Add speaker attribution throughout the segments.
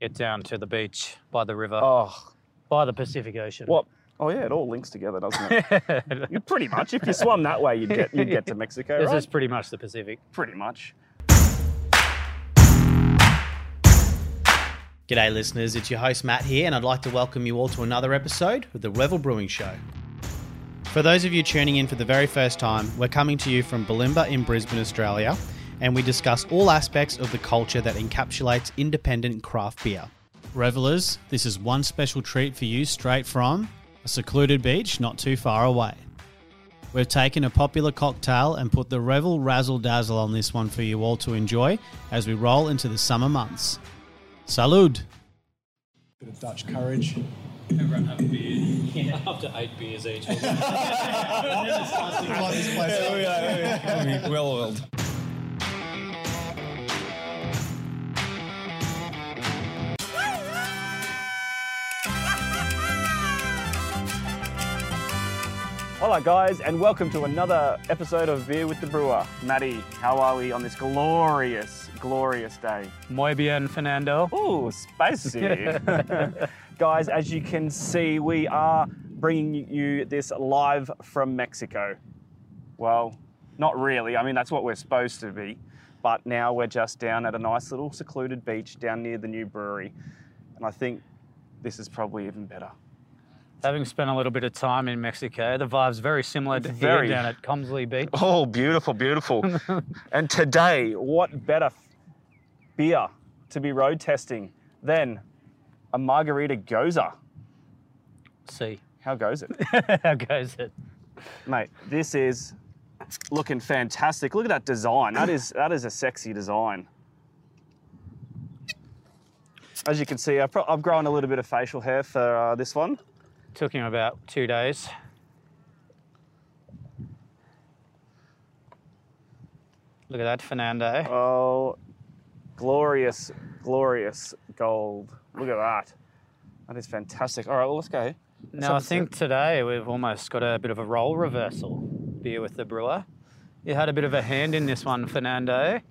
Speaker 1: Get down to the beach by the river,
Speaker 2: Oh,
Speaker 1: by the Pacific Ocean.
Speaker 2: what? Oh yeah, it all links together, doesn't it?
Speaker 1: this
Speaker 2: You pretty much. If you swam that way, you'd get you'd get to Mexico, right?
Speaker 1: is pretty much the Pacific.
Speaker 2: pretty much.
Speaker 3: G'day, listeners. It's your host, Matt, here, and I'd like to welcome you all to another episode of The Revel Brewing Show. For those of you tuning in for the very first time, we're coming to you from Bulimba in Brisbane, Australia, and we discuss all aspects of the culture that encapsulates independent craft beer. Revelers, this is one special treat for you straight from a secluded beach not too far away. We've taken a popular cocktail and put the Revel Razzle Dazzle on this one for you all to enjoy as we roll into the summer months. Salud!
Speaker 4: bit of Dutch courage.
Speaker 1: Up to eight beers each.
Speaker 4: Light this place up.
Speaker 5: well oiled.
Speaker 2: Hello, guys, and welcome to another episode of Beer with the Brewer. Maddie, how are we on this glorious, glorious day?
Speaker 1: Muy bien, Fernando.
Speaker 2: Ooh, spicy. Guys, as you can see, we are bringing you this live from Mexico. Well, not really. I mean, that's what we're supposed to be. But now we're just down at a nice little secluded beach down near the new brewery. And I think this is probably even better.
Speaker 1: Having spent a little bit of time in Mexico, the vibe's very similar to
Speaker 2: Very.
Speaker 1: here down at Comsley Beach.
Speaker 2: Oh, beautiful, beautiful. and today, what better f- beer to be road testing than a margarita goza?
Speaker 1: See
Speaker 2: How goes it?
Speaker 1: how goes it.
Speaker 2: Mate, this is looking fantastic. Look at that design. That is that is a sexy design. As you can see, I've, pro- I've grown a little bit of facial hair for uh, this one.
Speaker 1: Took him about two days. Look at that, Fernando.
Speaker 2: Oh, glorious, glorious gold. Look at that. That is fantastic. All right, well, let's go.
Speaker 1: Now, I
Speaker 2: have a
Speaker 1: think today we've almost got a bit of a role reversal beer with the brewer. You had a bit of a hand in this one, Fernando.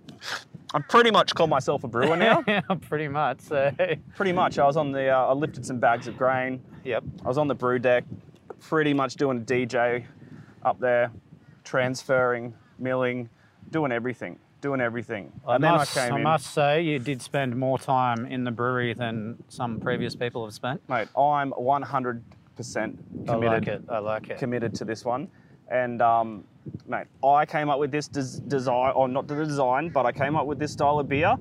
Speaker 2: I pretty much call myself a brewer now.
Speaker 1: yeah, pretty much. So,
Speaker 2: pretty much. I was on the, uh, I lifted some bags of grain.
Speaker 1: yep.
Speaker 2: I was on the brew deck, pretty much doing DJ up there, transferring, milling, doing everything, doing everything.
Speaker 1: I
Speaker 2: and then
Speaker 1: must,
Speaker 2: I came
Speaker 1: I
Speaker 2: in,
Speaker 1: must say, you did spend more time in the brewery than some previous people have spent.
Speaker 2: mate. I'm 100% committed,
Speaker 1: I like it. I like it.
Speaker 2: committed to this one, and um, mate, I came up with this des- design, or not the design, but I came up with this style of beer,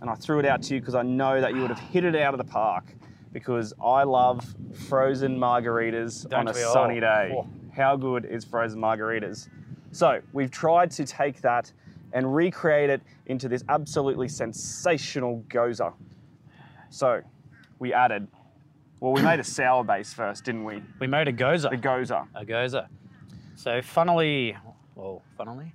Speaker 2: and I threw it out to you because I know that you would have hit it out of the park. Because I love frozen margaritas
Speaker 1: Don't
Speaker 2: on a
Speaker 1: we all?
Speaker 2: sunny day.
Speaker 1: Oh.
Speaker 2: How good is frozen margaritas? So we've tried to take that and recreate it into this absolutely sensational goza. So we added, well, we made a sour base first, didn't we?
Speaker 1: We made a goza.
Speaker 2: The goza.
Speaker 1: a goza. So, funnily, well, funnily,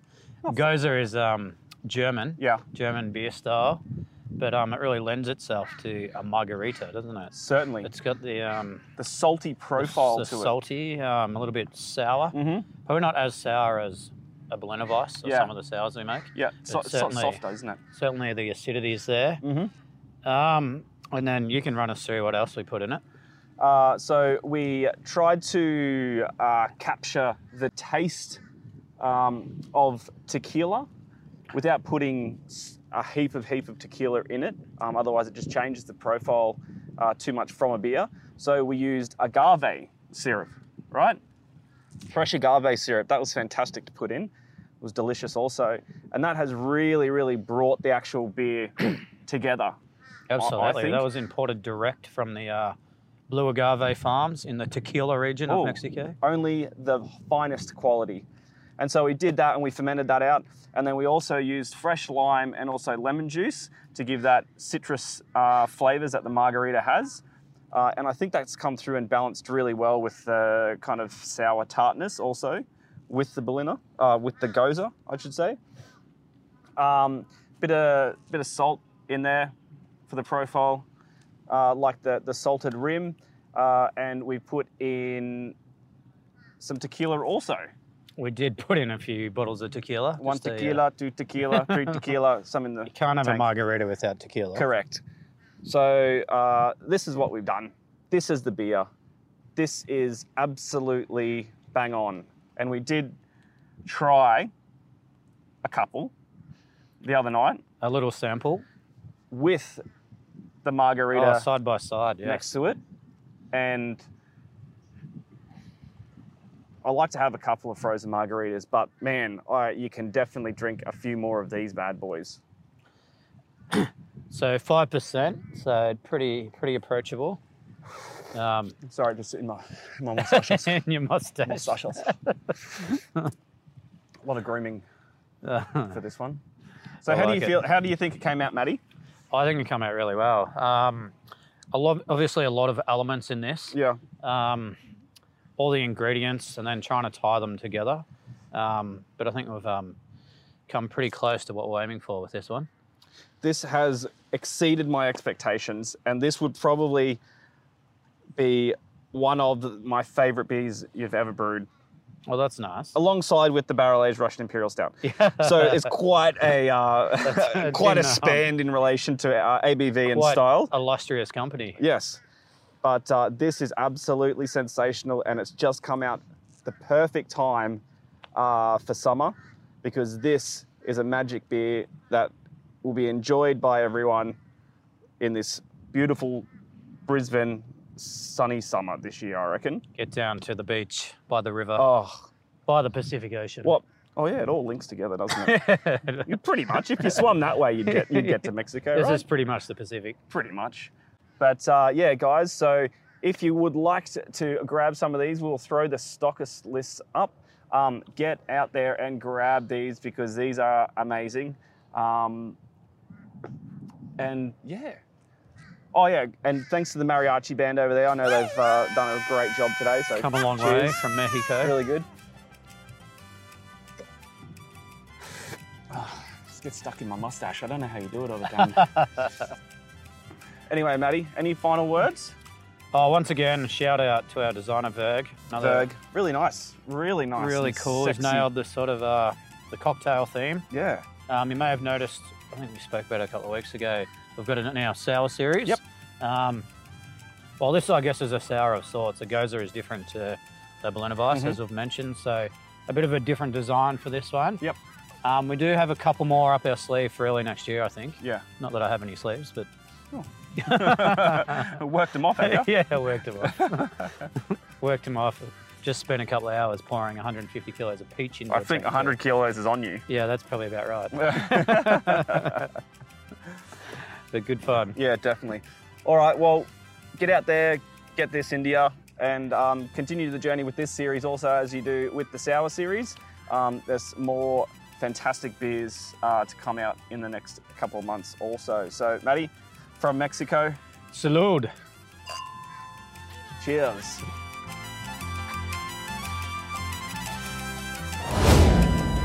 Speaker 1: goza is um, German.
Speaker 2: Yeah.
Speaker 1: German beer style, but um, it really lends itself to a margarita, doesn't it?
Speaker 2: Certainly.
Speaker 1: It's got the um,
Speaker 2: the salty profile
Speaker 1: the
Speaker 2: to
Speaker 1: salty, um, a little bit sour.
Speaker 2: Mhm.
Speaker 1: Probably not as sour as a Blenovice or
Speaker 2: Yeah.
Speaker 1: some of the sours we make.
Speaker 2: it. Yeah, so,
Speaker 1: It's
Speaker 2: so,
Speaker 1: certainly-
Speaker 2: softer, isn't it?
Speaker 1: Certainly the acidity is there.
Speaker 2: Mhm.
Speaker 1: Um, and then you can run us through what else we put in it.
Speaker 2: Uh, so we tried to uh, capture the taste um, of tequila without putting s- a heap of heap of tequila in it. Um, otherwise, it just changes the profile uh, too much from a beer. So we used agave syrup, right? Fresh agave syrup. That was fantastic to put in. It was delicious also, and that has really, really brought the actual beer together.
Speaker 1: Absolutely.
Speaker 2: think-
Speaker 1: That was imported direct from the uh, Blue Agave Farms in the Tequila region
Speaker 2: Oh.
Speaker 1: of Mexico.
Speaker 2: only the finest quality. And so we did that and we fermented that out. And then we also used fresh lime and also lemon juice to give that citrus uh, flavors that the margarita has. Uh, and I think that's come through and balanced really well with the kind of sour tartness also with the Berliner, uh, with the Goza, I should say. Um, bit of bit of salt in there for the profile, uh, like the the salted rim, uh, and we put in some tequila also.
Speaker 1: We did put in a few bottles of tequila.
Speaker 2: One
Speaker 1: just to, uh,
Speaker 2: tequila, two tequila, three tequila, some in the
Speaker 1: Can't have a
Speaker 2: tank.
Speaker 1: margarita without tequila.
Speaker 2: Correct. So uh, this is what we've done. This is the beer. This is absolutely bang on. And we did try a couple the other night
Speaker 1: A little sample.
Speaker 2: with the
Speaker 1: Oh,
Speaker 2: margarita
Speaker 1: side by side. Yeah.
Speaker 2: next to it. And I like to have a couple of frozen margaritas, but man, I, you can definitely drink a few more of these bad boys.
Speaker 1: So five percent. So pretty pretty approachable. Um,
Speaker 2: Sorry, just in my, in my mustache.
Speaker 1: and your mustache.
Speaker 2: mustache. a lot of grooming for this one. So
Speaker 1: I
Speaker 2: how
Speaker 1: like
Speaker 2: do
Speaker 1: it.
Speaker 2: you feel? How do you think it came out, Maddie?
Speaker 1: I think it come out really well. Um, a lot, obviously, a lot of elements in this.
Speaker 2: Yeah.
Speaker 1: um, all the ingredients and then trying to tie them together. Um, but I think we've um, come pretty close to what we're aiming for with this one.
Speaker 2: this has exceeded my expectations, and this would probably be one of the- my favorite beers you've ever brewed,
Speaker 1: Well, that's nice.
Speaker 2: alongside with the barrel aged Russian Imperial Stout. So it's quite a uh,
Speaker 1: That's-
Speaker 2: quite a
Speaker 1: in the hump.
Speaker 2: span in relation to uh, ABV and
Speaker 1: Quite
Speaker 2: style.
Speaker 1: Illustrious company.
Speaker 2: Yes, but uh, this is absolutely sensational, and it's just come out the perfect time uh, for summer because this is a magic beer that will be enjoyed by everyone in this beautiful Brisbane sunny summer this year. I reckon.
Speaker 1: Get down to the beach by the river,
Speaker 2: Oh,
Speaker 1: by the Pacific Ocean.
Speaker 2: what? Oh yeah, it all links together, doesn't it? you pretty much. If you swam that way, you'd get you'd get to Mexico.
Speaker 1: This
Speaker 2: right?
Speaker 1: is pretty much the Pacific.
Speaker 2: pretty much. But uh, yeah, guys, so if you would like to, to grab some of these, we'll throw the stockist lists up. Um, get out there and grab these because these are amazing. Um, and yeah. Oh, yeah. And thanks to the mariachi band over there. I know they've uh, done a great job today. So
Speaker 1: Come a long way
Speaker 2: cheers.
Speaker 1: from Mexico.
Speaker 2: Really good. Ah, just get stuck in my mustache. I don't know how you do it all the time. anyway, Maddie, any final words?
Speaker 1: Oh, once again, shout out to our designer Verg. Another
Speaker 2: Berg, really nice. Really nice.
Speaker 1: really
Speaker 2: and
Speaker 1: cool. He's
Speaker 2: sexy.
Speaker 1: nailed the sort of uh, the cocktail theme.
Speaker 2: Yeah.
Speaker 1: Um, you may have noticed, I think we spoke about it a couple of weeks ago, we've got it in our sour series.
Speaker 2: Yep.
Speaker 1: Um, well, this, I guess, is a sour of sorts. The Goza is different to the Berliner Weiss,
Speaker 2: Mm-hmm.
Speaker 1: as we've mentioned, so a bit of a different design for this one.
Speaker 2: Yep.
Speaker 1: Um, we do have a couple more up our sleeve for early next year, I think.
Speaker 2: Yeah.
Speaker 1: Not that I have any sleeves, but
Speaker 2: Worked them off, have ya?
Speaker 1: yeah, I worked him off. worked him off. Just spent a couple of hours pouring 150 kilos of peach into
Speaker 2: I
Speaker 1: a
Speaker 2: think
Speaker 1: tank.
Speaker 2: 100 kilos is on you.
Speaker 1: Yeah, that's probably about right. but good fun.
Speaker 2: Yeah, definitely. All right, well, get out there, get this India, and um, continue the journey with this series also as you do with the Sour series. Um, there's more fantastic beers uh, to come out in the next couple of months also. So, Maddie, from Mexico,
Speaker 1: Salud.
Speaker 2: cheers.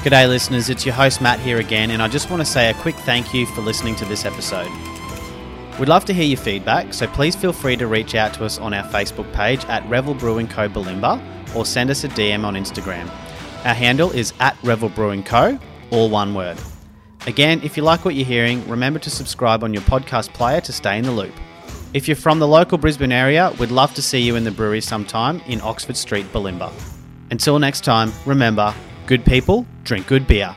Speaker 3: G'day, listeners. It's your host, Matt, here again, and I just want to say a quick thank you for listening to this episode. We'd love to hear your feedback, so please feel free to reach out to us on our Facebook page at Revel Brewing Co. Balimba or send us a DM on Instagram. Our handle is at Revel Brewing Co., all one word. Again, if you like what you're hearing, remember to subscribe on your podcast player to stay in the loop. If you're from the local Brisbane area, we'd love to see you in the brewery sometime in Oxford Street, Balimba. Until next time, remember good people drink good beer.